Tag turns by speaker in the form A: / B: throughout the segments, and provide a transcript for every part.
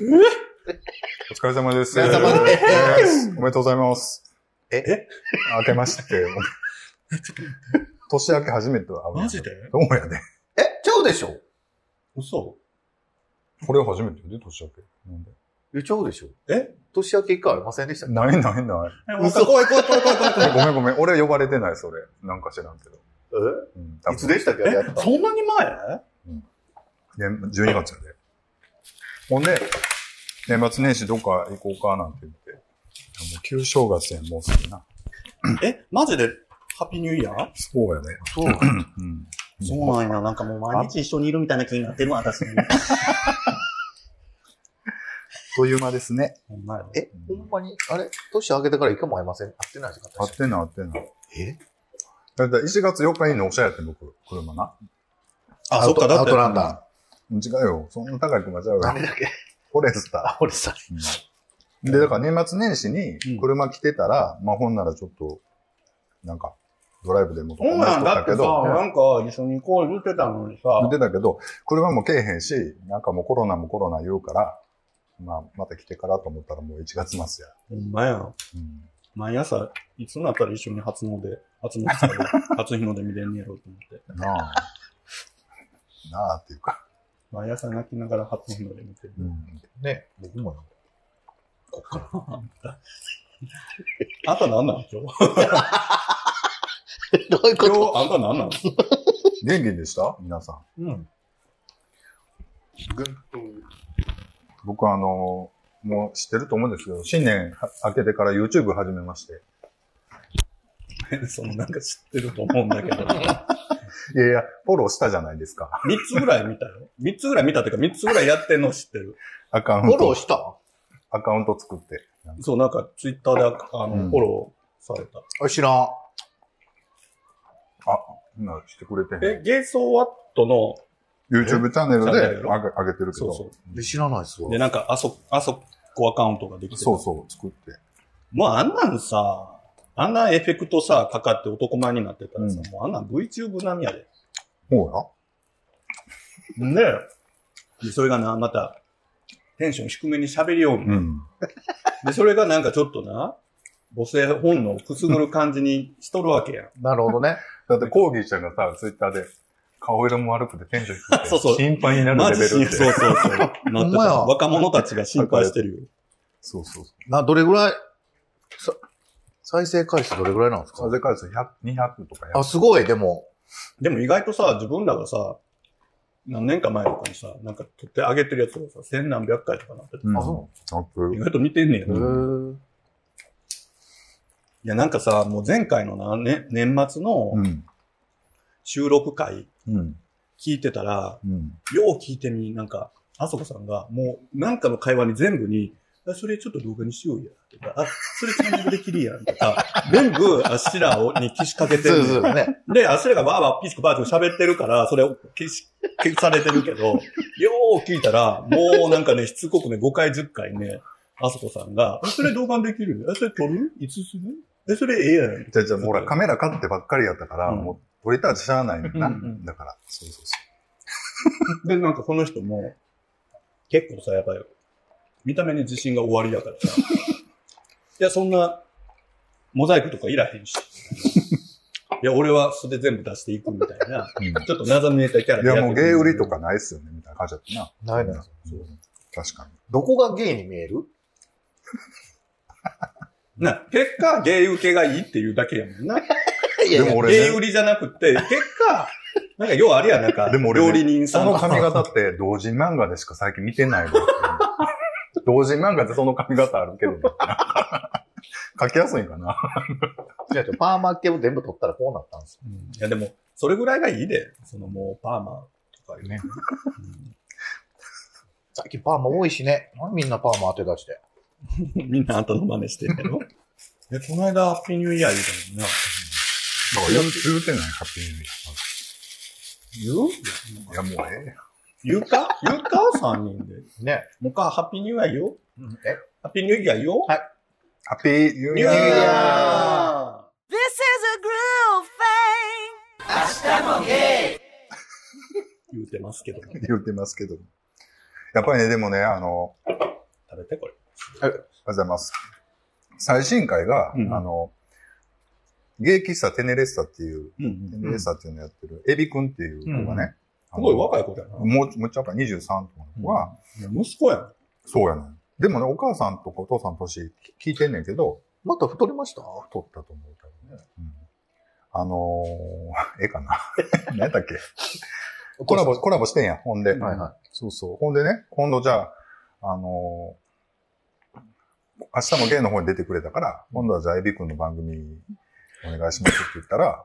A: お疲れ様です。。
B: お疲れ様です
A: おめでとうございます。
B: え
A: え明けまして。 年明け初めては。
C: マジで
A: どうもやね。
B: え、ちゃうでしょ
C: 嘘
A: これ初めてで、年明け。なんで
B: え、ちゃうでしょ
C: え
B: 年明け一回ありませんでしたっけ
A: ないないない。
C: 嘘怖い怖い怖い怖い怖い怖い。
A: ごめんごめん。俺呼ばれてない、それ。なんか知らんけど。
B: え
A: うん、多分
B: いつでしたっけやった
C: え、そんなに前
A: 年 ?12 月やで。ほんで、年末年始どっか行こうかなんて言って。もう旧正月やん、もうすぐな。
C: え、マジでハッピーニューイヤー
A: そうやね。
C: そう
A: うん。
C: そうなんや。なんかもう毎日一緒にいるみたいな気になってるわ、私。
A: という間ですね。
C: ほんまやで
B: え、ほんまに、あれ年明けてから一回も会いません会ってないですか
A: 合ってんな、合ってんな。
B: え
A: だいたい1月4日に納車やって、僕、車な。
C: あ、そっか、だ
B: ア
C: っ
B: ウ
C: て
B: ト。ランダ
A: 違うよ。そんな高い車ちゃう
B: ー。
A: よ
B: 何。だっけ
A: フォレスタ
B: あ、俺さ、
A: ー。うんで、だから年末年始に車来てたら、まあほんならちょっと、なんか、ドライブでもと
C: ほん
A: 話
C: な
A: し
C: ん
A: とっ
C: だ
A: た
C: って
A: け
C: さ、な
A: ど、
C: んか一緒に行こう言ってたのにさ
A: 言っ、てたけど、車も来えへんし、なんかもうコロナもコロナ言うから、まあまた来てからと思ったらもう1月末や。
C: ほんまや。
A: うん
C: 毎朝、いつになったら一緒に初詣、初詣さ れる初日の出見れんねやろうと思って。
A: なあ。なあっていうか。
C: 毎朝泣きながら初日の出見てる。
A: うん
B: ね、僕もよ。こっから。
C: あんたなんなん今日。
B: どういう
C: 今日、あんたなんなん
A: 元気でした皆さん。
C: うん。
B: ぐん
A: 僕はあの、もう知ってると思うんですけど、新年は明けてから YouTube 始めまして。
C: そのなんか知ってると思うんだけど。
A: いやいや、フォローしたじゃないですか。
C: 三つぐらい見たよ。三つぐらい見たっていうか、三つぐらいやってんの知ってる。
A: アカウン
B: フォロー
A: ト、
B: した
A: アカウント作って。
C: そう、なんかツイッターであ、あの、
A: うん
C: フォローされた。
B: あ、知らん。
A: 今してくれてへん
C: え、ゲイソーワットの、
A: YouTube チャンネルで
C: チャンネルやろ
A: 上げ上げてるけ
C: そ
A: ど。
C: うそ
B: で知らないっす
C: う。
B: わ
C: で、。なんか、あそ、あそこアカウントができてる。
A: そうそう作って。
C: もうあんなんさ、あんなエフェクトさ、かかって男前になってたらさ、
A: う
C: もうあんなん VTube 並みやで。
A: ほ
C: ねで、それがな、また、テンション低めに喋りよう
A: う
C: の、
A: や。うん。
C: で、それがなんかちょっとな、母性本能をくすぐる感じにしとるわけやん。
B: なるほどね。
A: だってコーギーちゃんがさ、Twitter で顔色も悪くてテンション低くて
C: そうそう
A: 心配になる
C: マ
A: レベ
C: ジ
A: ル
C: 心
A: って。
C: そうそう そう。なって
B: ほんま
C: た
B: や
C: 若者たちが心配してるよ。
A: そうそうそう。
B: な、どれぐらい、さ再生回数どれぐらいなんですか
A: 風返す100、200とかや
B: あ、すごい、でも。
C: でも意外とさ、自分らがさ、何年か前とかにさ、なんか撮ってあげてるやつがさ、千何百回とかなってて、
A: うん
B: あ、そ
A: アッ
C: 意
A: プ。
C: 外と似てんねや
B: う。
C: な。
B: へ
C: い
B: ー
C: や、なんかさ、もう前回のな、ね、年末
A: う
C: の
A: ん。
C: 収録回
A: うん。
C: 聞いてたら、
A: うん。
C: よう聞いてみ、なんか、あそこさんが、もう、なんかの会話に全部に、あそれちょっと動画にしようや、とか、あ、それチャンネルできるやん、と か、全部、あっしらをにしかけて
B: そ
C: る
B: うそうね。
C: で、アスレがバーバーピチクバーチク喋ってるから、それを消し、消されてるけど、よう聞いたら、もうなんかね、しつこくね、5回、10回ね、あそこさんが、えそれ動画できるえ、それ撮るいつするえ、それええやん。
A: じゃあじゃあ、ほら、カメラ買ってばっかりやったから、
C: うん
A: もう撮りたらしゃあないねんな。
C: うんうん
A: だから、そうそうそ
C: で、なんかこの人も、結構さ、やっぱり、見た目に自信が終わりやからさ。いや、そんな、モザイクとかいらへんし。いや、俺は素で全部出していくみたいな、
A: う。うん
C: ちょっと謎めいたキャラ
A: い
C: でっ
A: や、
C: てる
A: もう芸売りとかないっすよね、みたいな感じだったな。
B: ないのよ。
A: そう確かに。
B: どこがゲイに見える
C: な、結果、芸受けがいいっていうだけやもんな。
B: いやいや
A: でも俺ね
C: 芸売りじゃなくて、結果、なんか、要はあれや、なんか、
A: でも俺ね
C: 料理人
A: そ
C: さん
A: の
C: とか
A: 髪型って同人漫画でしか最近見てないの。同人漫画ってその髪型あるけどね。 書きやすいんかな。
B: 違う違うパーマ系を全部取ったらこうなったんですよ。
C: うんいや、でも、それぐらいがいいで、そのもう、パーマとかいうね。
B: 最近パーマ多いしね。なんでみんなパーマ当て出して。
C: うんみんなあんたの真似してるけど。え、この間、ハッピーニューイヤー言うた
A: だから言う言うてない、ハッピー
C: もんな。
A: いや、もうええやん。
C: 言う言うか言うか ?3 人で。
B: ね。
C: もう一回、ハッピーニューイヤーよ。
B: え
C: ハッピーニューイヤーよ。
A: ハッピーニューイ
C: ニューイ
A: ヤー
C: ヤー
D: This is a groove thing.
C: 言うてますけど。
A: 言うてますけど。やっぱりね、でもね、あの、
C: 食べて、これ。
A: ありがとうございます。最新回が、
C: うん
A: あの、芸喫茶テネレッサっていう、
C: うん
A: テ
C: うん。
A: ネレッサっていうのやってる、エビくんっていう子がね、
C: すごい
A: い。
C: 若い子だな。
A: もう、むっちゃ若い、23とかの子は、
C: 息子やん。
A: そうやねんでもね、お母さんとかお父さんの年聞いてんねんけど、
B: また太りました
A: 取ったと思うけどね。うんあのー、え えかな。何やったっけコラボ、コラボしてんやん、ほんで。
C: うん
B: はいは
A: そうそう。ほんでね、今度じゃあ、あのー明日もゲイの方に出てくれたから、今度はじゃあエビ君の番組お願いしますって言ったら、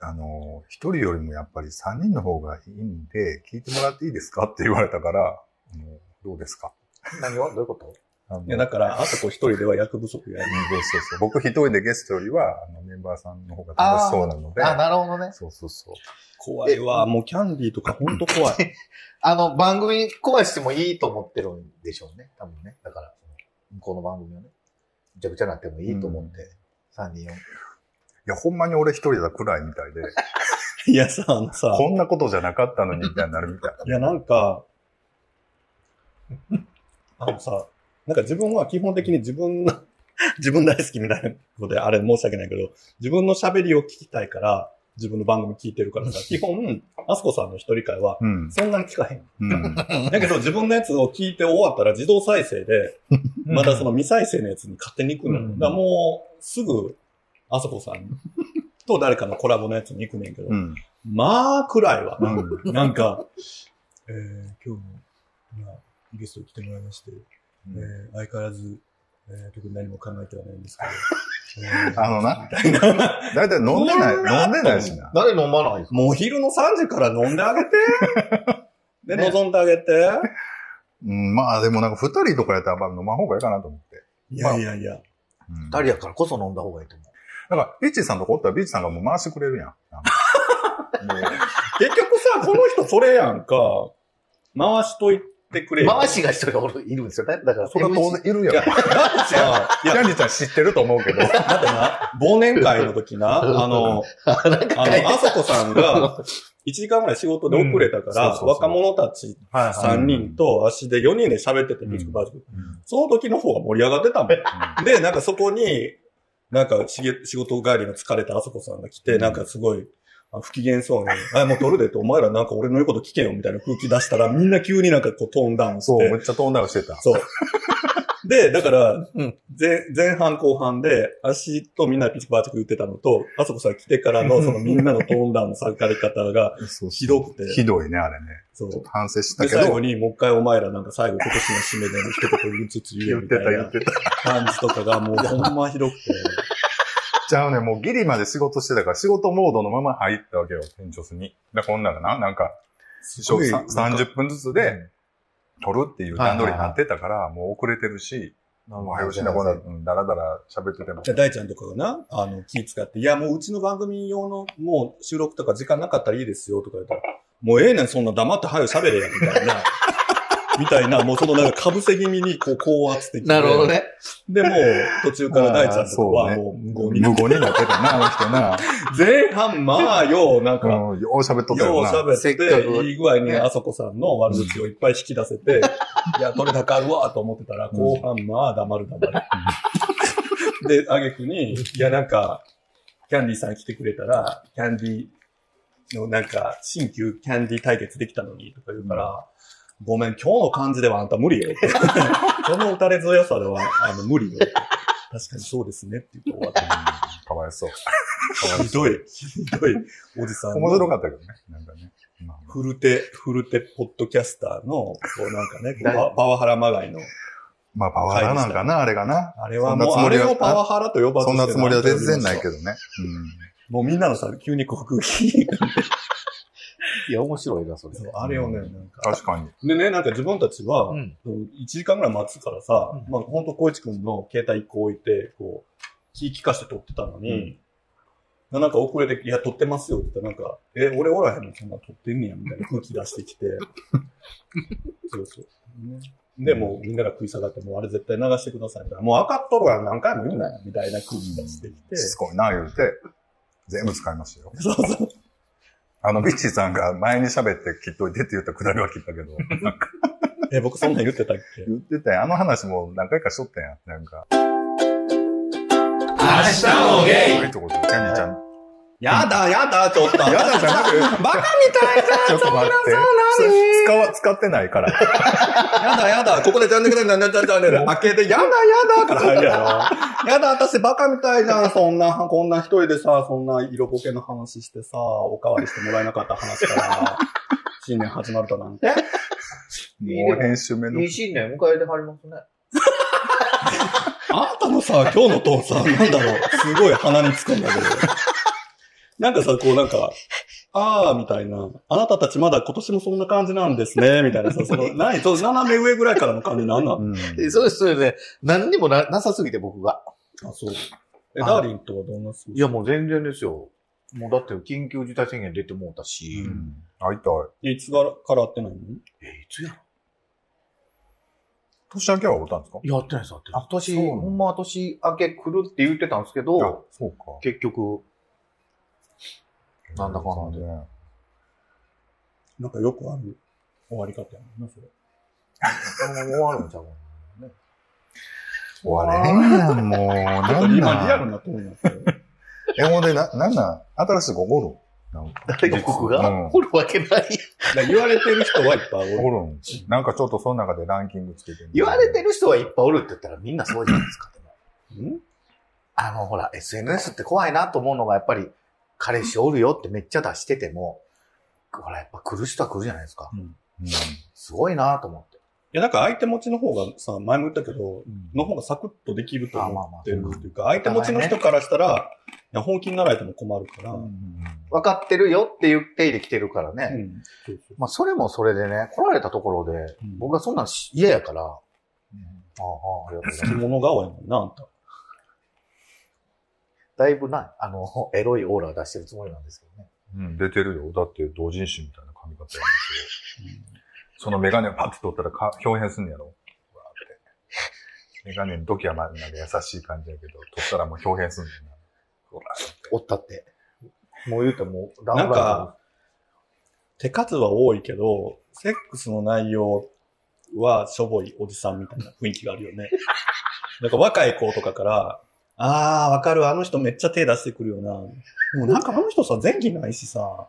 A: あのー一人よりもやっぱり三人の方がいいんで、聞いてもらっていいですかって言われたから、あのどうですか
B: い。何はどういうこと
A: あの
C: いや、だから、あそこ一人では役不足や。
A: うんんそうそうそう僕一人でゲストよりは、あの、メンバーさんの方が楽しそうなので。
B: あ、なるほどね。
A: そうそうそう。
C: 怖いわ。もうキャンディーとかほんと怖い。
B: あの、番組壊してもいいと思ってるんでしょうね。多分ね。だから、向こうの番組はね。ぐちゃぐちゃになってもいいと思って、三人を。
A: いや、ほんまに俺一人だ暗いみたいで、
C: いやさ、あのさ、
A: こんなことじゃなかったのにみたいになるみたい。
C: いや、なんか、あのさ、なんか自分は基本的に自分の、 自分大好きみたいなことで、あれ申し訳ないけど、自分の喋りを聞きたいから、自分の番組聞いてるからさ、基本、あすこさんの一人会は、
A: うん。
C: そんなに聞かへん。
A: うん。
C: だけど自分のやつを聞いて終わったら自動再生で、またその未再生のやつに勝手に行くの
B: う
C: よ。
B: ん
C: だからもう、すぐ、あそこさんと誰かのコラボのやつに行くねんけど、
A: うん。
C: まあ、暗いわ。
A: うん。
C: なんか、えー、今日も、まあ、ゲストに来てもらいまして、えー、相変わらず、えー、特に何も考えてはないんですけど、え ー
A: あのな、 だいたい飲んでない、飲んでないしな。
B: 誰飲まないですか
C: もう昼の3時から飲んであげ て、で、望んであげて、
A: うん、まあでもなんか二人とかやったらまあ飲まん方がいいかなと思って。
C: いやいやいや、
A: うん、
B: 二人やからこそ飲んだ方がいいと思う。
A: だから、ビッチーさんとこおったらビッチーさんがもう回してくれるやん。なんかも
C: 結局さ、この人それやんか、回しといてくれよ。
B: 回しが一人がおるいるんですよね。だから、
A: うそれは当然いる
C: い
A: や
C: や、
A: ん。
C: だってさ、い
A: キャ
C: や、
A: ンディちゃん知ってると思うけど。
C: だってな、忘年会の時な、あの、
B: MC なんか
C: あ
B: 書いて
C: の、あそこさんが、1時間ぐらい仕事で遅れ たから、
A: うんそうそうそう
C: 若者たち
B: はいはい。
C: 3人と足で4人で喋ってて、
A: うん
C: ビーチクバージョン
A: うん
C: その時の方が盛り上がってたもん。で、なんかそこに、なんかしげ仕事帰りの疲れたあそこさんが来て、
A: うん
C: なんかすごい、あ不機嫌そうに、あ、もう撮るでと、お前らなんか俺の言うこと聞けよ、みたいな空気出したら、みんな急になんかこうトーンダウンし
A: そう、
C: て。
A: めっちゃトーンダウンしてた。
C: そう。で、だから、
B: うん
C: 前前半後半で、足とみんなピチクバーチク言ってたのと、あそこさん来てからの、そのみんなのトーンダウンの下がり方が、
A: そうそう
C: ひどくて
A: ひどいね、あれね。
C: そう
A: ちょっ。と反省した
C: で、
A: け
C: 最後
A: ど。
C: に、もう一回お前らなんか最後今年の締めでの一言言いつつ言えみたいな
A: てた。
C: 感じとかがもうほんまひどくて。
A: じゃあね、もうギリまで仕事してたから、仕事モードのまま入ったわけよ、店長室に。だからこんならな、なんか、
C: すごい
A: さ30分ずつで、撮るっていう段取りになってたから、もう遅れてるし、
B: な
A: も
B: る
A: う
B: ほ
A: 早
B: ど
A: 押しなこんな、うん、だらだら喋ってても
C: じ。ゃあ大ちゃんとかがな、あの、気使って、いや、もううちの番組用の、もう収録とか時間なかったらいいですよ、とか言ったら、もうええねん、そんな黙って早く喋れや、みたいな。みたいな、もうそのなんか被せ気味に、こう、高圧的で。
B: なるほど。ね。
C: で、もう途中から大ちゃんと
A: あ
C: か
A: ー
C: は
A: そうね
C: もう無
A: 無
C: 言になって。
A: 言になってたな、あの人な。
C: 前半、まあ、よう、なんか、
A: うん、よう喋っとった
C: よ
A: よ
C: う
A: な。
C: 喋
B: せっか
C: って、
B: く
C: いい具合に
B: ね
C: あそこさんの悪口をいっぱい引き出せて、いや、取れ高あるわと思ってたら、
A: うん
C: 後半、まあ、黙る黙る。で、あげくに、いや、なんか、キャンディさん来てくれたら、キャンディのなんか、新旧キャンディ対決できたのに、とか言うから、ごめん、今日の感じではあんた無理よ。この打たれ強さでは、あの、無理よ。確かにそうですねって言って終わった。
A: かわいそう。
C: ひどい、ひどい、おじさんの。
A: 面白かったけどね。なんかね。まあ
C: フルテ、フルテポッドキャスターの、こうな んかね、こう
B: 誰
C: パパワハラまがいの。
A: まあ、パワハラなんかな、あれがな。
C: あれは
A: そんな
C: もう、
A: つも
C: あ
A: り
C: れ
A: は
C: をパワハラと呼ばず
A: そんなつもりは全然ないけ
C: ど。
A: どね。
C: もうみんなのさ、急に告撃。
B: いや、面白いな、それ。
C: そうあれをね、なん
A: うん。
C: か。
A: 確かに。
C: でね、なんか自分たちは、
B: うん
C: 1時間ぐらい待つからさ、
B: うん
C: まあほんと光一くんの携帯一個置いて、こう、気利かして撮ってたのに、なんか遅れて、いや、撮ってますよって言ったら、なんか、え、俺おらへんのそんな撮ってんねや、みたいな空気出してき て。そうそう。ねで、もうみんなが食い下がって、もうあれ絶対流してくださいみたいな。もう分かっとるわ、何回も言うなよ、み たいな空気出してきて。
A: しつこいな、言うて、全部使いましたよ。
C: そうそう。
A: あの、ビッチーさんが前に喋って切っといてって言ったくだりは切ったけど、
C: え、僕そんなん言ってたっけ
A: 言ってたやん。あの話も何回かしとったやん。なんか。
B: 明日もゲ
A: いいとこで、キャンディちゃん。
C: やだ、やだ、ちょっと。
A: やだじゃなくて、
C: バカみたい
A: ちょっと待って。そ使わ、使ってないから。
C: やだ、やだ、ここでチャンネルだ、チャンネルだ、チャンネルだ、開けて、やだ、やだ、から入るや ろ。やだ、私バカみたいじゃん、そんな、こんな一人でさ、そんな色ぼけの話してさ、おかわりしてもらえなかった話から、 新年始まるとなんて。
A: もう編集面の
B: いい。新年迎えてはりますね。
C: あんたのさ、今日のトーンさ、なんだろう、すごい鼻につくんだけど。なんかさ、こうなんか、あーみたいな、あなたたちまだ今年もそんな感じなんですね、みたいなさ、その、ない、そう斜め上ぐらいからの感じなんなの
A: うん
B: えそうです、そうですね。何にもななさすぎて僕が。
C: あ、そう。え、ダーリンとはどんな過ごし
B: いや、もう全然ですよ。もうだって緊急事態宣言出てもうたし、
A: うん会いたい。
C: いつから会ってないの
B: え、いつや
A: 年明けはおったんですか
B: いや、会ってないです、会ってない。年、
A: そうなの
B: ほんまは年明け来るって言ってたんですけ
A: あ
B: ど、
A: そうか。
B: 結局、なんだかんだで
A: ね。
C: なんかよくある終わり方やもんな、それ。
B: 終わるんちゃうかなね。
A: 終われへんやん、もう。 な
C: 今
A: ん
C: リア
A: な
C: ル
A: ん。
C: なと思うんですけど。
A: え、ほんで、な、なんなん新しい子おるなんか
B: 誰が僕が、
A: うん
B: おるわけない。
C: だ から言われてる人はいっぱいお
A: お
C: る。
A: るんなんかちょっとその中でランキングつけてみ
B: 言われてる人はいっぱいおるって言ったらみんなそうじゃないですか。でも
C: ん
B: あの、ほら、SNS って怖いなと思うのがやっぱり、彼氏おるよってめっちゃ出してても、ほら、やっぱ来る人は来るじゃないですか。
A: うん
B: すごいなと思って。
C: いや、なんか相手持ちの方がさ、前も言ったけど、の方がサクッとできると
B: あまあ
C: 思
B: まあ
C: ってるっていうか、相手持ちの人からしたら、いや本気になられても困るから。
A: う
C: うん
A: ん
B: 分かってるよって言ってで来てるからね。
C: そうそう
B: まあ、それもそれでね、来られたところで、
C: うん
B: 僕はそんなんし嫌やから、ああ、ありがとうござい
C: 着
B: ます。
C: 物顔やもんな、あんた。
B: だいぶな、あの、エロいオーラ出してるつもりなんですけどね。
A: うん、出てるよ。だって同人誌みたいな髪型やんけど。そのメガネをパッて取ったらか表現すんのやろわーって。メガネの時はまあなんか優しい感じやけど、取ったらもう表現すんのやな。ほら
B: おったって。もう言うともう、
C: なんか、手数は多いけど、セックスの内容はしょぼいおじさんみたいな雰囲気があるよ ね。なんか若い子とかから、あー、わかる、あの人めっちゃ手出してくるよな。でもなんかあの人さ、前期ないしさ、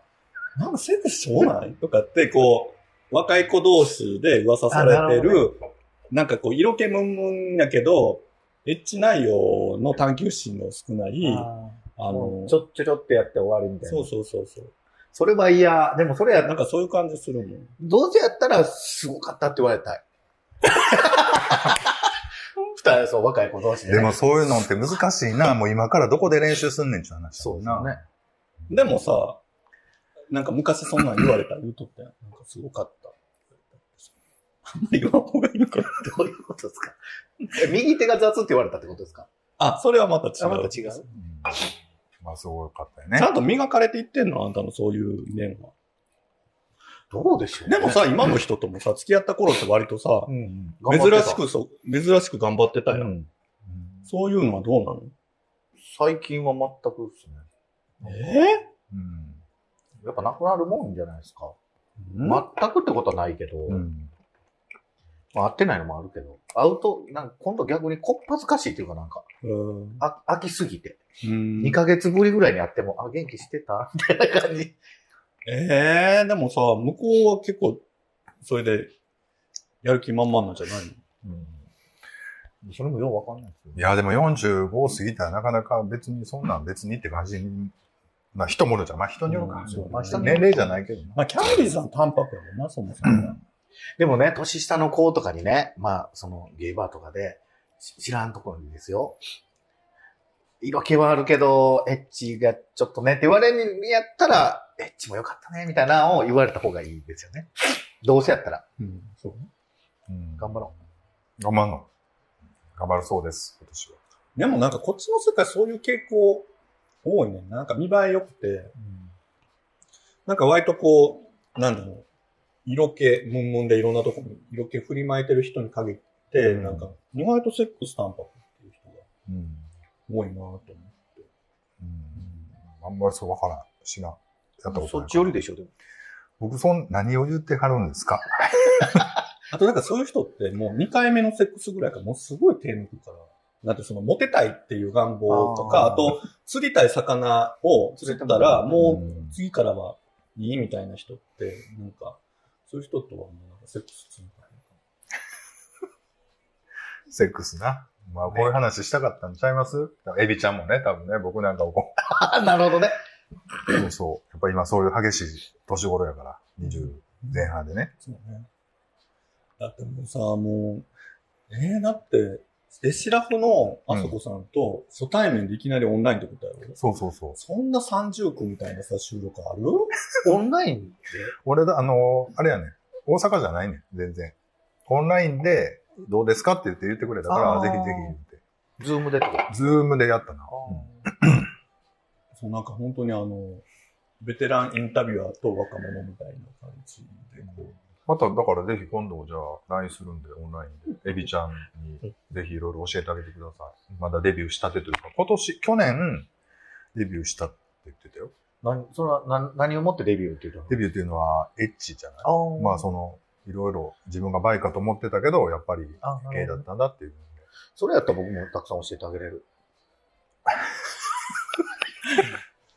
C: なんかセックスしょうないとかって、こう、若い子同士で噂され
B: あな
C: て
B: るほ
C: る、なんかこう、色気ムンムンやけど、エッチ内容の探求心の少ない、あ
B: あ
C: の
B: の、ち、ょっちょちょってやって終わりみたいな。
C: そうそうそうそう。
B: それは嫌。でもそれや、
C: なんかそういう感じするもん。
B: どうせやったら、すごかったって言われたい。 二人、そう、若い子同士で、ね。
A: でも、そういうのって難しいな。もう今からどこで練習すんねんって話。
B: そうですよね。。
C: でもさ、なんか昔そんなん言われた、言うとったやん。なんかすごかった。あんまり言わん方がいいのかな。
B: どういうことですかえ右手が雑って言われたってことですか
C: あ、それはまた違
B: あ、
C: う。
B: また違う。
A: うんまあ、すごかったよ
C: ちゃ
A: ね。
C: んと磨かれていってんのあんたのそういう面は。
B: どうでしょう、
C: でも、さ、今の人ともさ、付き合った頃って割とさ
B: う、ん、頑
C: 珍
B: 張って
C: したくそ、珍しく頑張ってたやん。
B: うん
C: そういうのはどう
B: 最近は全くですね。
C: なのえ
A: うん
B: やっぱなくなるもんじゃないですか。
C: ー
B: 全くってことはないけど、
A: うん
B: まあ、合ってないのもあるけど、会うと、なんか今度逆にこっぱずかしいっていうかなんか、
C: うん。
B: あ飽きすぎて。
C: うん
B: 2ヶ月ぶりぐらいに会っても、あ、元気してたみたいな感じ。
C: えー、でもさ、向こうは結構、それで、やる気満々なんじゃないの
B: うん。それもようわかんないですよ
A: いや、でも45過ぎたらなかなか別にそんなん別にって感じに、まあ人もるじゃん。まあ人によるか
C: う。ん
A: そう
C: まあ人に
A: 年齢じゃないけどな。
C: まあ、キャンディーさん淡白やもんな、そもそもな。
B: でもね、年下の子とかにね、まあ、その、ゲイバーとかで、し知らんところにですよ。色気はあるけど、エッチがちょっとねって言われるんやったら、エッチもよかったね、みたいなのを言われた方がいいですよね。どうせやったら、
C: うん、そう。
A: うん
B: 頑張ろう。
A: 頑張るの。頑張るそうです、今年は。
C: でもなんかこっちの世界そういう傾向多いね。なんか見栄え良くて、なんか割とこう、なんだろう、色気、ムンムンでいろんなとこに色気振りまいてる人に限って、
A: うん
C: なんか意外とセックス淡白っていう人が
A: うん。
C: 多いなぁと思う。
A: うん。あんまりそうわからん。しな。やったことない。
B: そっちよりでしょ、でも。
A: 僕、そん、何を言ってはるんですか
C: あとなんかそういう人ってもう2回目のセックスぐらいからもうすごい手抜くから。だってそのモテたいっていう願望とか、
B: あー
C: あと釣りたい魚を釣ったらも
A: うん
C: う次からはいいみたいな人って、なんかそういう人とはもうなんかセックスするのか
A: セックスな。まあ、こういう話したかったんちゃいます、エビちゃんもね、多分ね、僕なんかこ
B: あ、なるほどね。
A: う、そうそう。やっぱ今そういう激しい年頃やから、20前半でね。
C: そうね。だってもうさ、もう、えー、だって、エシラフのあそこさんと初対面でいきなりオンラインってことやろ、
A: そうそうそう。
C: そんな三重苦みたいなさ、収録ある
B: オンライン
A: 俺だ、あの、あれやね、大阪じゃないね、全然。オンラインで、どうですかって言って言ってくれたから、
B: あー
A: ぜひぜひ言って。
B: で、ズームでってこと
A: ズームでやったな。
C: そう、なんか本当にあの、ベテランインタビュアーと若者みたいな感じで、こ
A: また、だからぜひ今度じゃあ、LINE するんで、オンラインで、エビちゃんにぜひいろいろ教えてあげてください。まだデビューしたてというか、今年、去年、デビューしたって言ってたよ。
B: 何、それは何何をもってデビューっていうの
A: デビューっていうのは、エッチじゃない
B: あー
A: まあ、その、いろいろ自分がバイかと思ってたけど、やっぱり
B: あな
A: ゲイ
B: る
A: だ
B: ほ
A: っ
B: ど
A: たんだっていう。
B: それやったら僕もたくさん教えてあげれる。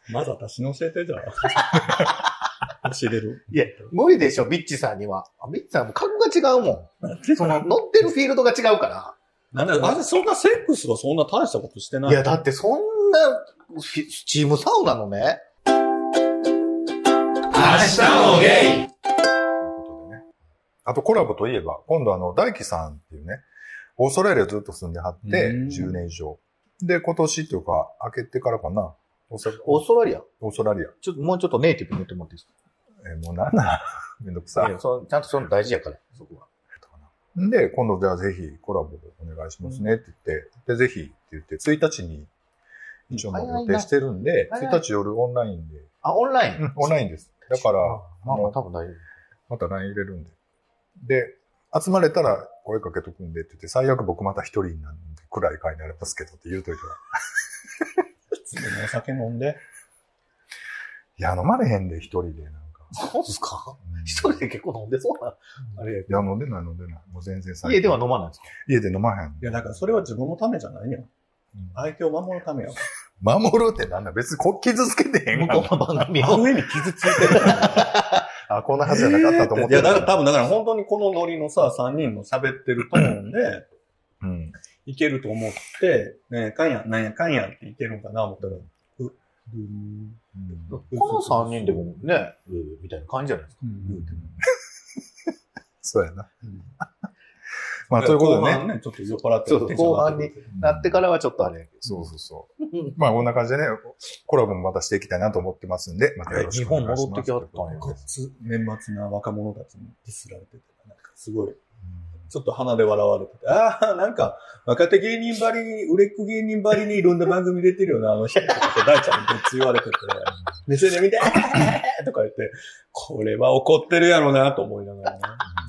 C: う、まず私の教えてじゃあ。教えれる。
B: いや、無理でしょ、ビッチさんには。あビッチさんも格が違うもん。 その、乗ってるフィールドが違うか
C: なんだあれ、そんなセックスはそんな大したことしてな
B: ら。
C: い。
B: いや、だってそんな、フィスチームサウナのね。
A: ということでね。
B: 明イ
C: 日もゲ
A: あとコラボといえば、今度あの、大輝さんっていうね、オーストラリアずっと住んではって、
C: うん
A: 10年以上。で、今年というか、明けてからかな、オース
B: オーストラリア
A: オーストラリア。
B: ちょっと、もうちょっとネイティブに言ってもらっていいですか
A: えーもうなんなん めんどくさ
B: い
A: い
B: や。そのちゃんとそういうの大事やから、そこは。
A: で、今度じゃあぜひコラボお願いしますねって言って、で、ぜひって言って、1日に一応もう予定してるんで、
B: 早いな
A: 1日夜オンラインで、
B: あ、オンライン
A: うん、オンラインです。だから、
B: まあ
A: あ
B: まあ
A: の
B: 多分大丈夫。
A: また LINE 入れるんで。で、集まれたら声かけとくんでって言って、最悪僕また一人になるんで、暗い会になりますけどって言うといて。
C: 普通にお酒飲んで。
A: いや、飲まれへんで、一人で、なんか。
B: そうっすか
A: うん
B: 一人で結構飲んでそうな。あれやけ
A: いや、飲んでない、飲んでない。もう全然
B: ど
A: 最近
B: 家では飲まないんですか
A: 家で飲まへん。
C: いや、だからそれは自分のためじゃないやん。
A: うん
C: 相手を守るためやん。
A: 守るってなんだ別にこ傷つけてへん
B: 向
A: から
B: こうの番組
C: あ
B: を。
C: の意味傷ついてるから。
A: あ、こんなはずじゃなかったと思っ
C: い
A: て
C: や、
A: た
C: だから多分だから本当にこのノリのさ、3人の喋ってるトーンで、
A: うん。
C: いけると思って、ねえ、かんや、なんやかんやっていけるんかな、思ったら。う、うん。
A: うん
B: この3人でもね、えーみたいな感じじゃないですか。
C: うん。
A: そうやな。
C: うん
A: まあ、ということでね。。。
C: ちょっと酔っ払って。
B: そうそう後半に。なってかららはちょっとあれやけ
A: そうそうそう。
B: ど。
A: まあ、こんな感じでね、コラボもまたしていきたいなと思ってますんで、またよろし
B: 日
A: くお
B: 本
A: 願いし
B: 戻
A: ま
B: って
A: す。
B: きはったんや。
C: 年末な若者たちにディスられてて、なんかすごい、ちょっと鼻で笑われてて、ああ、なんか、若手芸人ばりに、売れっ子芸人ばりにいろんな番組出てるよな、あの人とかって大ちゃんにめっちゃ言われてて、目線で見て、あーとか言って、これは怒ってるやろうな、と思いながらね。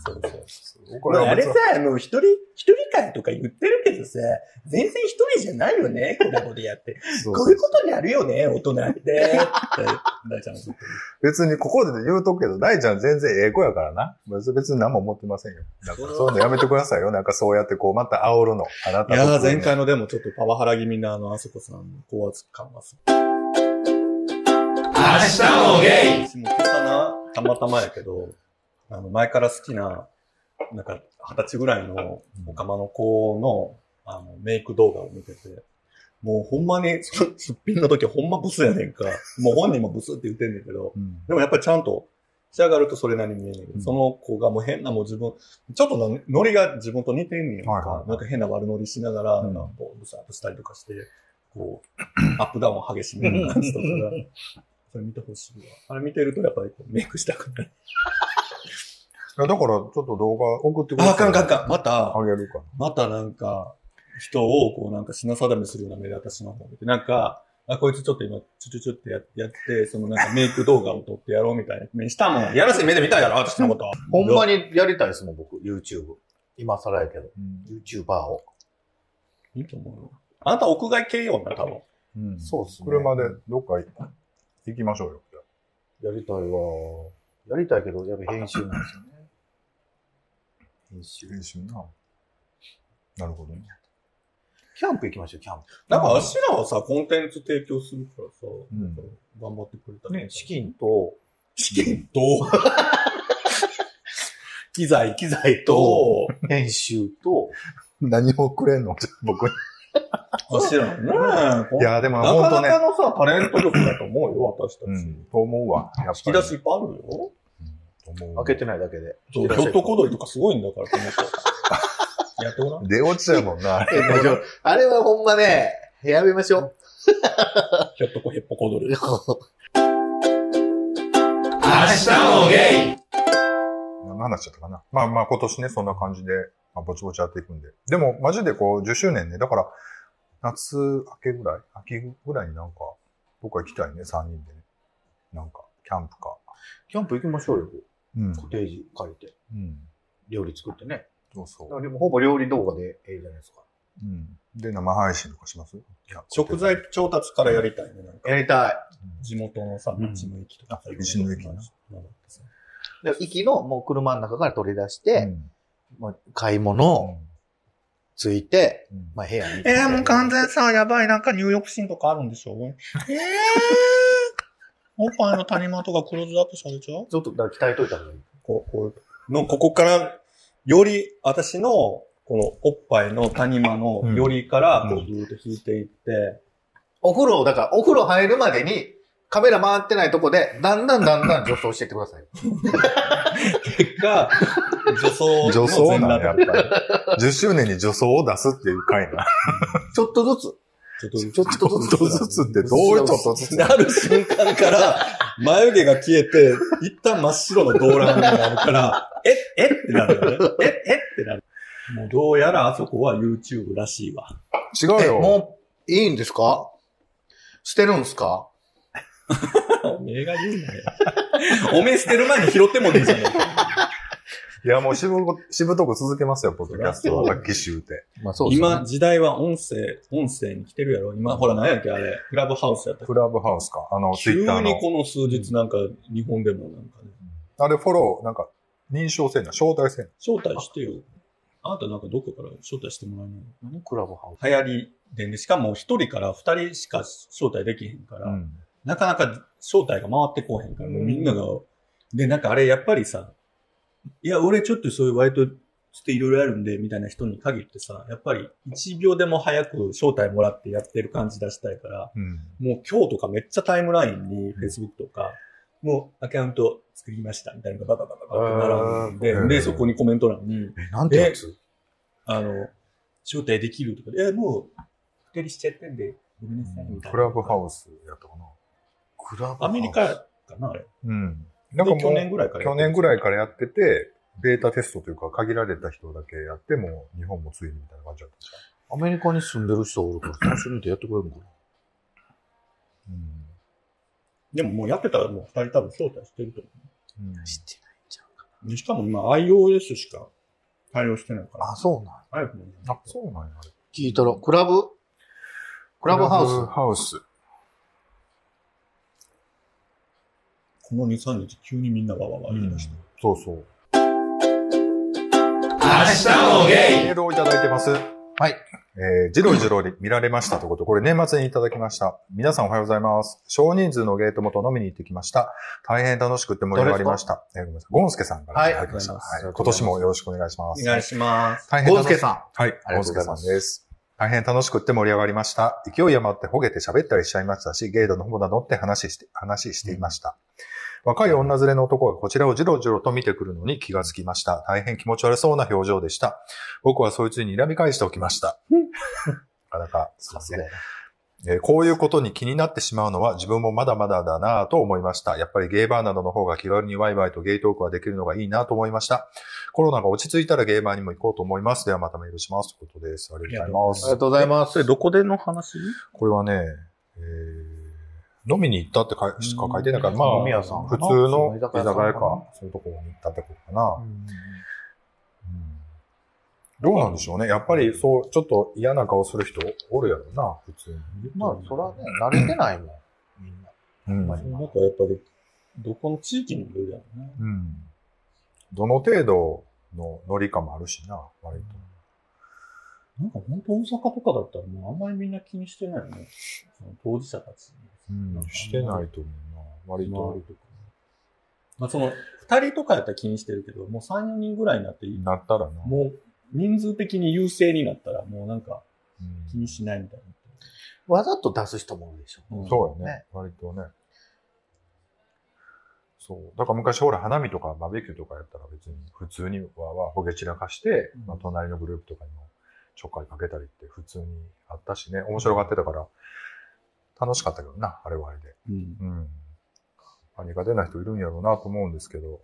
C: そうそう。
A: うん
C: こ
A: こ
C: れ
A: れ
C: あ
A: は
C: れ
A: 別
C: さ
A: に、
C: もう一人、一人会とか言ってるけどさ、全然一人じゃないよね、コラボでやって。
A: そう
C: こ
A: そう
C: いう
A: う
C: ことになるよね、大人って。って大ちゃんがずっと
A: 別にここで言うとくけど、大ちゃん全然ええ子やからな。別に別に何も思ってませんよ。だからそういうのやめてくださいよ。なんかそうやってこう、また煽るの。あなた
C: いやー、
A: 特に
C: 前回のでもちょっとパワハラ気味なあの、あそこさんの高圧感はす明
B: 日もゲ
C: イもう今朝な、たまたまやけど、あの、前から好きな、なんか、二十歳ぐらいの、おかまの子の、あの、メイク動画を見てて、もうほんまに、そのすっぴんの時ほんまブスやねんか。もう本人もブスって言ってんねんけど、
A: うん
C: でもやっぱりちゃんと仕上がるとそれなりに見えんねんけど、
A: うん
C: その子がもう変なもう自分、ちょっとのノリが自分と似てんねんか、
A: はいはいはい
C: なんか変な悪ノリしながら、
A: うん
C: なんかこうブスアップしたりとかして、こう、アップダウンを激しめな感じとかが、それ見てほしいわ。あれ見てるとやっぱりこうメイクしたくなる。
A: いや、だから、ちょっと動画送ってくだ
C: あ、
A: さい。
C: あかんあかんあかん。また
A: あ、げるか
C: またなんか、人をこうなんか品定めするような目で私の方を見て、なんか、あ、こいつちょっと今、ちょちょちょってややって、そのなんかメイク動画を撮ってやろうみたいな目したもん。やらしい目で見たやろ、私のこと。
B: ほんまにやりたいですもん、僕、YouTube。今更やけど、
A: な。
B: YouTuber を。
C: いいと思うよ。あなた屋外系よな、多分。
A: うん。
B: そうっすね
A: 車でどっか行きましょうよ。
B: やりたいわ。やりたいけど、やっぱ編集なんですよね。編集。
A: 練習な。なるほどね。
B: キャンプ行きましょう、キャンプ。
C: なんか、あしらはさ、コンテンツ提供するからさ、
A: ん
C: 頑張ってくれた
B: ね、資金と、
C: 資金と、機材
B: 機材と、
C: と、
B: 編集と、
A: 何をくれんの じゃあ僕に。
C: あしらね。
A: いや、でも
C: な
A: 本当
C: かな
A: ね。
C: かのさ、タレント力だと思うよ、私たち。
A: うん、と思うわ。やっぱり
C: 引き出しいっぱいあるよ。
A: うんと思うわ
B: 開けてないだけで。
C: そう、ひょっとこどりとかすごいんだから、この子。やってごらん。
A: 出落ちちゃうもんな。あれ
B: え大丈夫あれはほんまね、やめましょう。
C: ひょっとこへっぽこどり。
B: 明
C: 明
B: 日
C: 日もゲイ
A: 何話しちゃったかな。まあまあ今年ね、そんな感じで、まあ、ぼちぼちやっていくんで。でも、マジでこう、10周年ね。だから、夏明けぐらい秋ぐらいになんか、僕は行きたいね、3人でね。なんか、キャンプか。
B: キャンプ行きましょうよ。
A: うん。
B: コテージ借りて、
A: うん。
B: 料理作ってね。
A: そうそ
B: だ
A: う
B: か。らでもほぼ料理動画でええじゃないですか。
A: うん。で、生配信とかします
C: 食材調達からやりたいね。なんか
B: やりたい。
C: 地元のさ、
B: うん
C: 道の駅とか。
A: あ道の駅な
C: なんかさ
B: で、息のもう車の中から取り出し
A: で
B: て、まあ、買い物、ついて、まあ部屋に行って。
C: さ、やばい、なんか入浴シーンとかあるんでしょええー。おっぱいの谷間とかクローズアップされちゃう
B: ちょっと、だから鍛えといた方がいい。
C: こう、こうの、ここから、より、私の、この、おっぱいの谷間の
A: うん
C: よりから、こ
A: う
C: う、ずーっと引いていって、
B: お風呂、だから、お風呂入るまでに、カメラ回ってないとこで、だんだんだんだん助走していってください。
C: 結果、女装
A: 女装なんや、や
C: だ
A: っ ぱり。10周年に女装を出すっていう回な。
B: ちょっとず
C: ちょっ
B: つ、
C: と
B: ちょっと
A: ちょ
B: ず
A: っ
B: つ、
A: とずつってどういうちょっとずつ
C: なる瞬間から、眉毛が消えて、一旦真っ白の動乱になるから、え、えってなるよね。え、えってなる。もうどうやらあそこは YouTube らしいわ。
A: 違う
B: え、
A: よ。
B: もう、いいんですか捨てるんですか
C: おめえが言うなよ。おめえ捨てる前に拾ってもいいじゃねえか
A: いや、もうしぶ、 しぶとく続けますよ、ポッドキャストは。機種って。
B: まあそ
C: 今、時代は音声、音声に来てるやろ。今、ほら、何やっけ、あれ。クラブハウスやったっけ
A: クラブハウスか。あの、ツイ
C: 急
A: ッター
C: に
A: の。
C: この数日なんか、日本でもなんかね。
A: あれ、フォロー、なんか、認証せんな、招待せんな。
C: 招待してよ。あんたなんかどこから招待してもらえないの
B: 何クラブハウ
C: 流行りでね、しかも一人から二人しか招待できへんから、
A: うん。
C: なかなか招待が回ってこうへんから、もう
A: うん
C: みんなが、で、なんかあれやっぱりさ、いや、俺ちょっとそういう割と、つっていろいろあるんで、みたいな人に限ってさ、やっぱり一秒でも早く招待もらってやってる感じ出したいから、
A: うん。
C: もう今日とかめっちゃタイムラインに Facebook とか、もうアカウント作りました、みたいなのがバババババって並
A: うん
C: んで、で、そこにコメント欄に、
B: ス。え、なんてやつ
C: あの、招待できるとかで、え、もう、二人しちゃってんで、ごめんなさい、みたいな。
A: クラブハウスやったかな。
B: クラブハウス。
C: アメリカかな、あれ。
A: うん。なんかも
C: で
A: う、
C: 去年ぐらいから。
A: 去年ぐらいからやってて、データテストというか、限られた人だけやっても、日本もついにみたいな感じだった。
B: アメリカに住んでる人おるから、最初に出やってくれるのかな
A: うん。
C: でももうやってたらもう二人多分招待してると思
A: うん、
B: てないじゃん。
C: う。でしかも今 iOS しか対応してないから。
B: あ、そうなん。
C: あ、iPhone
A: あ、そうなんや、あれ。
B: 聞いたら、クラブク
A: ク
B: ラブハウ
A: ラブ
B: ス。
A: ハウス。
C: この2、3日急にみんなわわわ言い出した。
A: そうそう。
B: 明日もゲイ
A: メールをいただいてます。
B: はい。
A: えー、ジロジロ見られましたということ、これ年末にいただきました。皆さんおはようございます。少人数のゲート元飲みに行ってきました。大変楽しくて盛り上がりました。えーごめんなさい。ゴンスケさんからいただきました。
C: はい
A: はい今年もよろしくお願いします。
C: 願いします。
A: 大変
B: ゴン
A: 楽
B: ス
A: し
B: ケさ
A: はい、
B: ありが
A: 大
B: とう
A: 助
B: ござい
A: さ
B: ま
A: ん
B: す
A: です。大変楽しくって盛り上がりました。勢い余ってほげて喋ったりしちゃいましたし、ゲイだのホモだのって話して、話していました。若い女連れの男がこちらをじろじろと見てくるのに気がつきました。大変気持ち悪そうな表情でした。僕はそいつに睨み返しておきま した。なかなか、
B: ん。さすがやな。
A: えーこういうことに気になってしまうのは自分もまだまだだなぁと思いました。やっぱりゲーバーなどの方が気軽にワイワイとゲイトークはできるのがいいなと思いました。コロナが落ち着いたらゲーバーにも行こうと思います。ではまたメールします。ということです。ありがとうござい
B: あり
A: ま
B: が
A: す。
B: とうございます。
C: どこでの話
A: これはね、えー飲みに行ったってかしか書いてないから、まあ、
B: 飲み屋さん
A: 普通の
B: 居
A: 居酒
B: 酒屋
A: 屋
B: さんかな
A: か、そういうところに行ったってことかな。
B: うん
A: うんどうなんでしょうね。やっぱり、そう、ちょっと嫌な顔する人おるやろな、普通に。
B: まあ、そらね、慣れてないもん。みんな。
A: うん
B: まあ
C: なんかやっぱり、どこの地域にもよるやろね。
A: うん。どの程度のノリかもあるしな、割と。
C: なんか本当大阪とかだったらもうあんまりみんな気にしてないよね。その当事者たちに。
A: うん。してないと思うな、割
C: 周り
A: と。
C: とか。まあその、二人とかやったら気にしてるけど、もう三、四人ぐらいになって、
A: なったらな。
C: もう人数的に優勢になったら、もうなんか
A: うん
C: 気にしないみたい
B: わざと出す人もいるでしょ。
C: な。ん
A: そうやね
B: ね
A: 割とね。そう。だから昔ほら、花見とかバーベキューとかやったら別に普通にわわほげ散らかして、
C: うん
A: まあ隣のグループとかにもちょっかいかけたりって普通にあったしね、面白がってたから楽しかったけどな、あれはあれで。
C: うん。
A: うん。まあ苦手な人いるんやろうなと思うんですけど。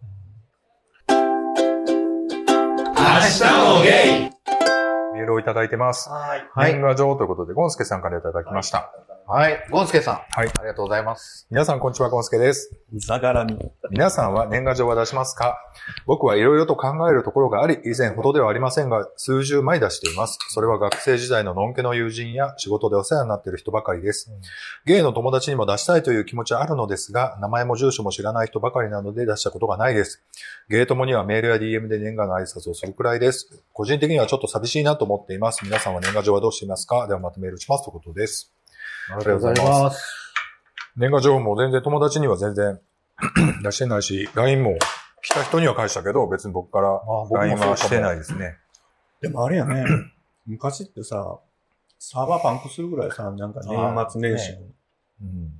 B: 明日もゲイ
A: メールをいただいてます。
C: はい。
B: はい
A: 年賀状ということで、ゴンスケさんからいただきました。
B: はい。ゴンスケさん。
A: はい
B: ありがとうございます。
A: 皆さん、こんにちは、ゴンスケです。
C: うざがらみ。
A: 皆さんは年賀状は出しますか僕はいろいろと考えるところがあり、以前ほどではありませんが、数十枚出しています。それは学生時代ののんけの友人や仕事でお世話になっている人ばかりです。ゲイの友達にも出したいという気持ちはあるのですが、名前も住所も知らない人ばかりなので出したことがないです。ゲイ友にはメールや DM で年賀の挨拶をするくらいです。個人的にはちょっと寂しいなと思っています。皆さんは年賀状はどうしていますかではまたメールしますということです。ありがとうございます。
B: す。
A: 年賀状も全然友達には全然 出してないし、LINE も来た人には返したけど、別に僕から
B: あ僕も
A: LINE はしてない
B: い。
A: ですね。
C: でもあれやね、 昔ってさ、サーバーパンクするぐらいさ、なんか
A: あ
C: 年末年始の
A: うん。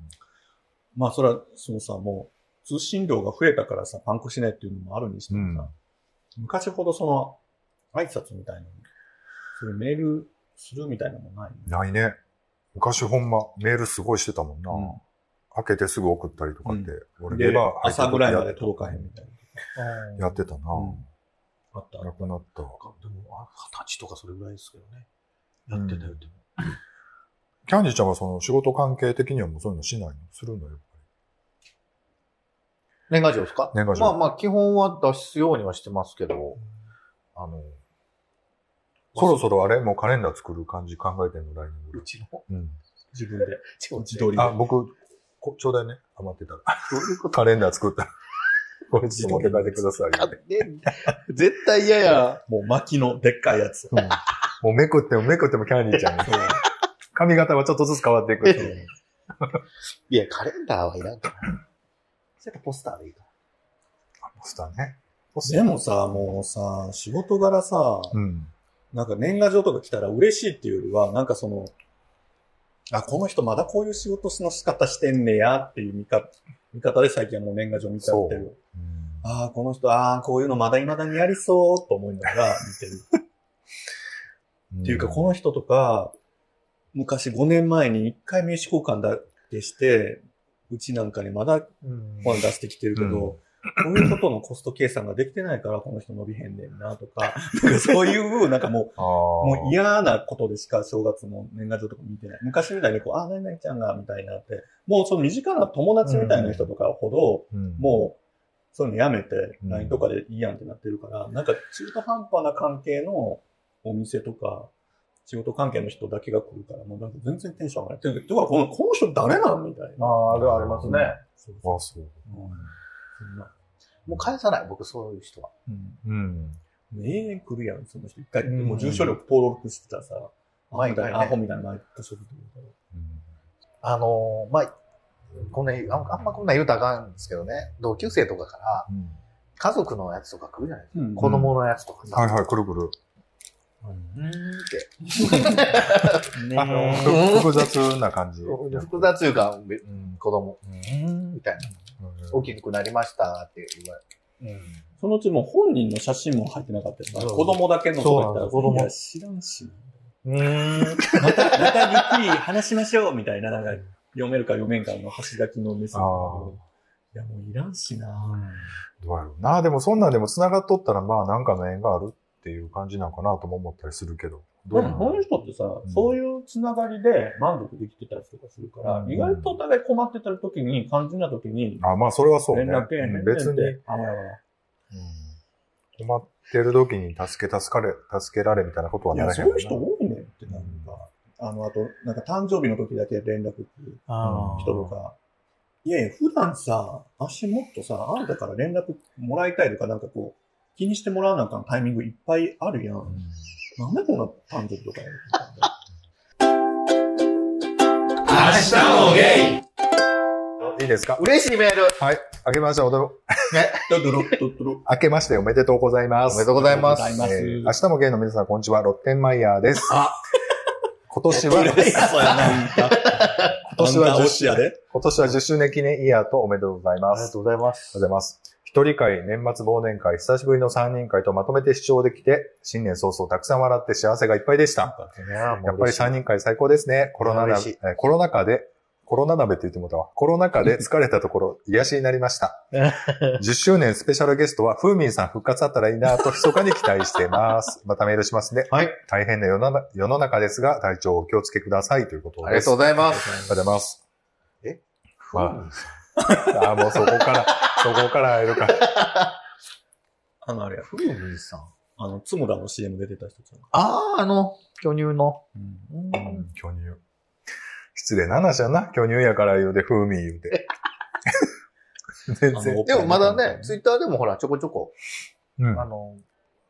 C: まあそれは、そのさ、もう通信量が増えたからさ、パンクしないっていうのもあるにしてもさ、昔ほどその挨拶みたいなの、それメールするみたいなのもないね。
A: ないね。昔ほんまメールすごいしてたもんな。開けてすぐ送ったりとかって、俺
C: で
A: レバー入って
C: 朝ぐらいまで届かへんみたい
A: やってたな。
C: うんな。あった。
A: なくなった。
B: でも、あ二十歳とかそれぐらいですけどね。
A: やってたよ
B: でも。
A: キャンディちゃんはその仕事関係的にはもうそういうのしないのするのよ。
B: 年賀状ですか
A: 年賀状
B: まあまあ、基本は出すようにはしてますけど、あの、
A: そろそろあれもうカレンダー作る感じ考えてんの、来年ぐら
B: う
A: い。
B: ちの、
A: うん。
C: 自 分で。自撮りで。
A: あ、僕、こちょうだいね。余ってたら。
B: どういうこと
A: カレンダー作ったら。これ持って帰ってください。
B: かね。絶対嫌や。
C: もう巻きのでっかいやつ。
A: もうめくってもめくってもキャンディーちゃんが。髪型はちょっとずつ変わっていく。
B: いや、カレンダーはいらんから。それかポスターでいいから。
A: ポスターね。
C: でもさ、もうさ、仕事柄さ、
A: うん。
C: なんか年賀状とか来たら嬉しいっていうよりは、なんかその、あ、この人まだこういう仕事の仕方してんねやっていう見方、見方で最近はもう年賀状見ちゃってる。ああ、この人、ああ、こういうのまだ未だにやりそうと思いながら見てる。
A: っ
C: っていうか、この人とか、昔5年前に1回名刺交換だけして、うちなんかにまだ
A: の、
C: 本出してきてるけど、
A: うん
C: こういうことのコスト計算ができてないから、この人伸びへんねんなとか、なんかそういう、なんかもう、
A: あ
C: もう
A: も
C: 嫌なことでしか正月も年賀状とか見てない。昔みたいにこう、あ、何々ちゃんが、みたいなって。もうその身近な友達みたいな人とかほど、
A: うん
C: もう、そういうのやめて、
A: うん
C: LINE とかでいいやんってなってるから、なんか中途半端な関係のお店とか、仕事関係の人だけが来るから、もうなんか全然テンション上がってる。てか、この、この人誰なんみたいな。
B: あ
A: あるありますね。
C: そう
A: う。
C: そ
A: あそう。
C: う。うんそんな。
B: もう返さない、僕、そういう人は。
C: うん。
A: うん。
C: 永遠来るやん、その人。一回、
A: うん
C: もう住所力登録してたらさ、
B: 毎回ね
C: アホみたいな毎年来るから。
B: あのーまあ、こんな、あんあんまこんなん言うたらあかんですけどね、同級生とかから、
A: うん
B: 家族のやつとか来るじゃないです
C: うん
B: か。子供のやつとかさ。
A: はいはい、くるくる。
B: うーんって。
A: あの、ふ複雑な感じ。
B: 複雑というか、べ
A: うん。
B: 子供、うーん、みたいな。大きくなりましたって言われる。
C: そのうちもう本人の写真も入ってなかったりさ、
A: そう
C: 子供だけのとか言っ
A: そう
C: たら、
A: なの子供
C: いや知らんし。
A: うーん。
C: また、またゆっくり話しましょうみたいな、なんか、読めるか読めんかの端書きのメッセージ。い
A: あ
C: や、
A: ー
C: もういらんしな
A: どうやろうな。でもそんなんでも繋がっとったら、まあなんかの縁があるっていう感じなんかなとも思ったりするけど。
C: で
A: どうな
C: も、こ
A: の
C: の人ってさ、
A: うん
C: そういうつながりで満足できてたりとかするから、
A: うん
C: 意外とお互い困ってた時に、肝心な時に、
A: あ、まあそれはそうね。
C: 連絡けえへん
A: う
C: ねん
A: ん
C: って
A: 別に。
C: あわやわや
A: うん困ってる時に助け、助かれ、助けられみたいなことはいならへ
C: や、
A: ん
C: そ
A: もん
C: う
A: な
C: いう人多いねんって、なんか、あの、あと、なんか誕生日の時だけ連絡来る
A: あー
C: 人とか、いやいや、普段さ、足もっとさ、あんたから連絡もらいたいとか、なんかこう、気にしてもらわなあかんタイミングいっぱいあるやん。なんでこんな誕生日とかやる
B: 明日もゲイ
A: いいですか
B: 嬉しいメール
A: はい。明けましておめでとう、
C: ドドロッドドロ
A: 明けましておめでとうございます。
B: おめでとうございます。
C: ありがとうござい
A: えー
C: ま
A: 明
C: す。
A: 日もゲイの皆さん、こんにちは。ロッテンマイヤーです。
B: あ
A: 今年 は、今
C: 嬉しそうやな、あんた。あん
A: 年
C: た
A: は
C: 推
A: 10
C: しやで。
A: 今年は10周年記念イヤーとおめでとうござい
B: あ
A: ま
B: りが
A: す。
B: とうございます。
A: ありがとうございます。一人会、年末忘年会、久しぶりの3人会とまとめて視聴できて、新年早々たくさん笑って幸せがいっぱいでした。
B: や
A: やっぱり3人会最高ですね。コロナ
B: 嬉
A: 鍋
B: しい、
A: えーコロナ禍で、コロナ鍋って言ってもらったわ。コロナ禍で疲れたところ、癒しになりま した。10周年スペシャルゲストは、ふーみんさん復活あったらいいなと、密かに期待しています。 またメールしますね。
B: はい。
A: 大変な世の中世の中ですが、体調をお気をつけくださいということです。
B: ありがとうございます。
A: ありがとうございます。
B: え
A: まあ、あーもうそこから、そこから会えるか。
C: あの、あれや。
B: ふうみんさん。
C: あの、つむらの CM 出てた人じゃん。
B: ああ、あの、巨乳の。うん
A: 巨乳。失礼な話やな。巨乳やから言うて、風味言う て。全
C: あの
A: 然。
B: でもまだね、ツイッターでもほら、ちょこちょこ、
A: うん
B: あ。の、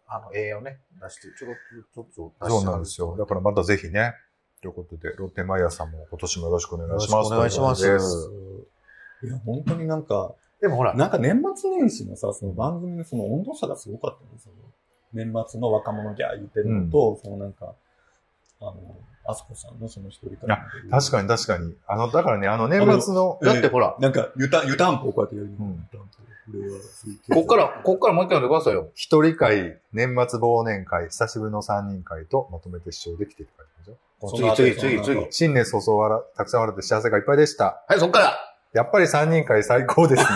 B: あの、絵をね、出して、ちょこちょこ出して
A: そうなんですよ。だからまたぜひね。ということで、ロッテマイヤーさんも今年もよろしくお願いします。
B: よろしくお願いします
A: というこ
C: いや、本当になんか、
B: でもほら、
C: なんか年末年始のさ、その番組のその温度差がすごかったんですよ。年末の若者ギャー言ってるのと、そのなんか、あの、あそこさんのその一人会
A: とで確かに確かに。あの、だからね、あの年末の、
B: だってほら、
C: なんか、湯た、湯たんぽをこうやってやるの。
A: うん
C: 湯たんぽこれはすごい
B: こっから、こっからもう一回呼んでくださいよ。
A: 一人会、年末忘年会、久しぶりの三人会とまとめて視聴できていただきましょう。
C: その後
B: 次、次、次、
C: そ
B: 次
C: の後。
A: 新年早々笑、たくさん笑って幸せがいっぱいでした。
B: はい、そっから。
A: やっぱり三人会最高ですね。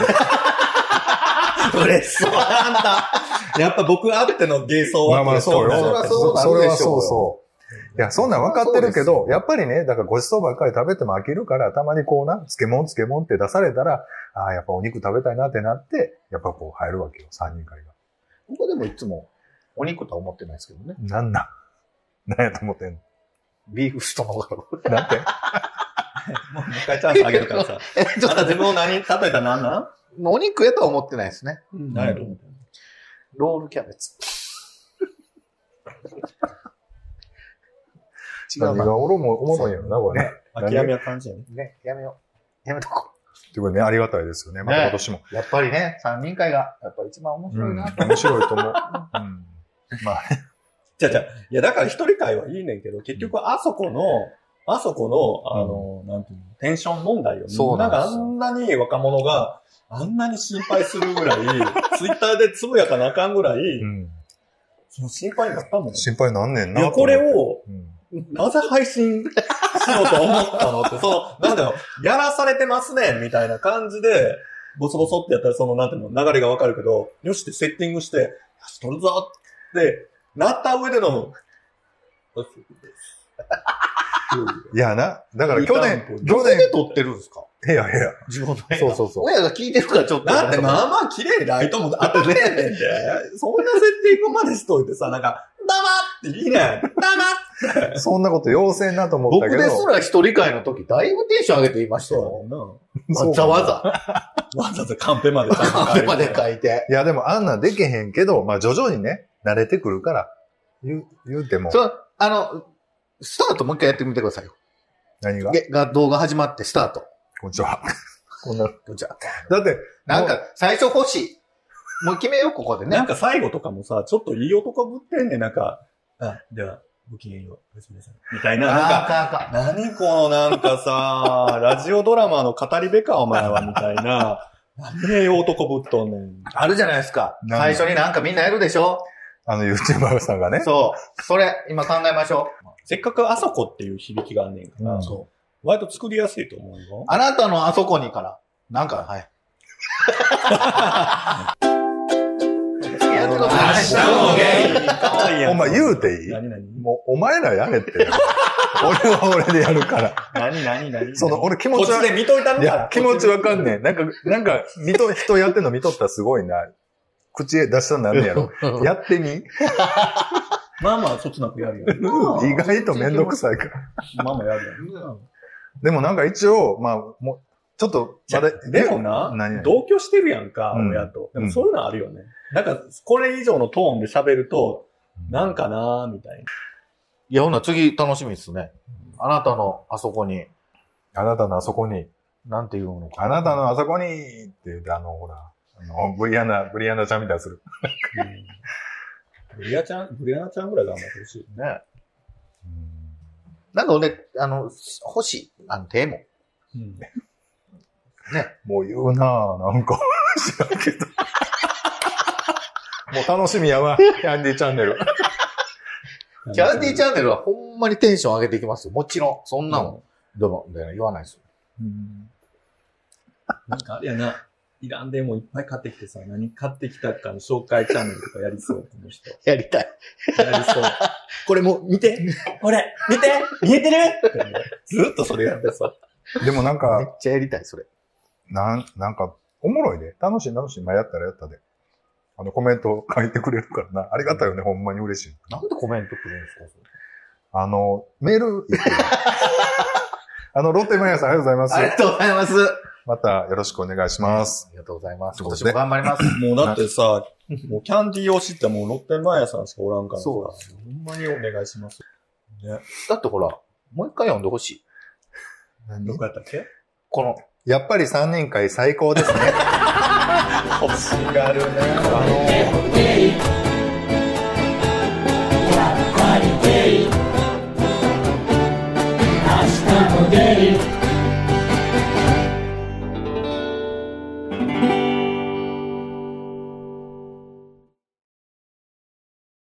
C: 嬉しそう、あんた。やっぱ僕あっての芸相
A: まあ
C: は
A: まあそうよ。
B: そりゃそうな
A: そ
B: る
A: れ
B: で
A: は
B: しょうよ
A: そうそう。いや、そんなん分かってるけ
B: そりゃそう
A: ど
B: で、すよ
A: やっぱりね、だからごちそうばっかり食べても飽きるから、たまにこうな、漬物漬物って出されたら、ああ、やっぱお肉食べたいなってなって、やっぱこう入るわけよ、三人会が。
B: 僕でもいつも、お肉とは思ってないですけどね。
A: なんなんなんやと思ってんの
B: ビーフストの方が。
A: なんて
C: もう一回チャンスあげるからさ。
B: え、ちょ
C: あ
B: っ
C: ん
B: と
C: た自
B: ね、
C: 分を何、例えたら何なん
B: お肉やとは思ってないですね。
C: 何やと思ってんの
B: ロールキャベツ。違う
A: 何
B: な。
A: が俺も思うんやろな、これね。
C: 諦めは感じやね。
B: ね、やめよう。やめとこ
A: ということでね、ありがたいですよね。また今年も。
B: う。やっぱりね、三人会が、やっぱ一番面
A: う
B: 白い
A: ん、
B: な。
A: 面白いと思う。うん。まあ、
C: じゃあじゃあいや、だから一人会はいいねんけど、結局あそこの、あそこの、あの、なんていうの、テンション問題を、
B: そ
C: み
B: うんな
C: な
B: で
C: んがあ
B: すよ
C: んなに若者が、あんなに心配するぐらい、ツイッターでつぶやかなあかんぐらい、
A: うん。
C: その心配になったもん。い
A: 心配なんねんな。
C: や、これ、を、
A: うん、
C: なぜ配信しようと思ったのって、その、なんだろう、やらされてますね、みたいな感じで、ボソボソってやったら、その、なんていうの、流れがわかるけど、よしってセッティングして、よし、撮るぞって、なった上での、よし
A: いやな、だから去年、
B: ど
A: 去
B: こで
A: 年、
B: 撮ってるんですか
A: いやいや、
B: 自分の
A: そうそうそう。
B: 親が聞いてるからちょっと。
C: だってまあまあ綺麗にライトも当たってんねんで、そんなセッティングまでしといてさ、なんか、黙っていいねん黙っ
A: そんなこと妖精なと思った
B: 僕
A: け
B: で
A: ど。
B: すら一人会の時、だいぶテンション上げて言いましたよ。
C: そ
A: そう
B: わざわざ、
C: わざわざカンペまでちゃんと
B: カフ
C: 書いて
B: ェまで書いて。
A: いや、でもあんなんできへんけど、まあ徐々にね、慣れてくるから、言う、言うても
B: そ、のあの、スタートもう一回やってみてくださいよ。
A: 何が
B: でが動画始まってスタート。
A: こんにちは。こんな。
B: じゃあ
A: だって、
B: なんか、最初欲しい。もう決めよう、ここで
C: なん
B: ね。
C: か最後とかもさ、ちょっといい男ぶってんねん、なんか、あ、では、ごきげんよう、おやすみなさい。みたいな、なんか、
B: あか
C: 何このなんかさ、ラジオドラマの語り部か、お前は、みたいな。なんで男ぶっとんねん。
B: あるじゃないですか。
A: なん
B: 最
A: か
B: 初になんかみんなやるでしょ
A: あの YouTuber さんがね、
B: そう。それ、今考えましょ
C: せっかくあそこっていう響きがあんねんか
A: う
C: ら
A: ん、
B: う。そう。
C: 割と作りやすいと思うよ。
B: あなたのあそこにから。なんか、はい。 やってください
C: 明日もゲイかわいいやん
A: お前言うていい
C: 何何
A: もうお前らやれって。俺は俺でやるから。
C: 何何何
A: その、俺気
C: こ
A: 持ち
C: っち
A: は、
C: で見といたん
A: いや
C: だ、。
A: 気持ちわかんねえ。なんか、なんか、見と、人やってんの見とったらすごいな。口へ出したらなんねやろ。やってみ
C: まあまあ、そっちなくやるやん。
A: 意外とめんどくさいから。
C: まあまあやるやん。
A: でもなんか一応、まあ、もう、ちちょっと、
C: じゃあでもな、
A: 何
C: 同居してるやんか、
A: うん
C: 親と。で
A: う
C: も
A: ん
C: そういうのあるよね。なんか、これ以上のトーンで喋ると、なんかなーみたいな。
B: いや、ほな、次楽しみですね。あなたのあそこに、
A: あなたのあそこに、
B: なんていうのか。
A: あなたのあそこにって言って、あの、ほら、あの、ブリアナ、ブリアナちゃんみたいにする。
C: ブリアちゃん、ブリアナちゃんぐらい頑張ってほしい。
B: ね。なんか俺、あの、欲しい、あの、手も。
C: うん
A: もう言うなぁ、なんか。知らんけど。もう楽しみやわ、キャンディーチャンネル。
B: キャンディーチ
C: ゃん
B: ャンネルはほんまにテンション上げていきますよ。もちろん。そんな
C: な
B: の、どうも、みたいな言わないですよ。
C: なんかあれやな。いらんでもいっぱい買ってきてさ、何買ってきたかの紹介チャンネルとかやりそう、この人。
B: やりたい。
C: やりそう。これもう見て これ見て見えてるってもうずっとそれやってさ。
A: でもなん
B: めっ
A: か、
B: ちゃやりたい、それ。
A: なん、なんか、おもろいで。楽しい楽しい。まあ、やったらやったで。あの、コメント書いてくれるからな。ありがたいよね、ほんまに嬉しい。
B: なんでコメントくるんですかそれ
A: あの、メールいっぱい、あの、ロッテマリアさんありがとうござ
B: あ
A: い
B: り
A: ます。
B: がとうございます。
A: またよろしくお願いします
B: あ。りがとうございます。
A: そうで
B: 今年
A: す
B: も
A: ね
B: 頑張ります。
C: もうだってさ、もうキャンディー推しってもうロッテマイヤさんしかおらんからさ。
B: そうですよ
C: ほんまにお願いします。ね。
B: だってほら、もう一回読んでほしい。
C: どこやったっけ
B: この、
A: やっぱり3年会最高ですね。
C: 欲しがるね。あの
E: 明日もゲイ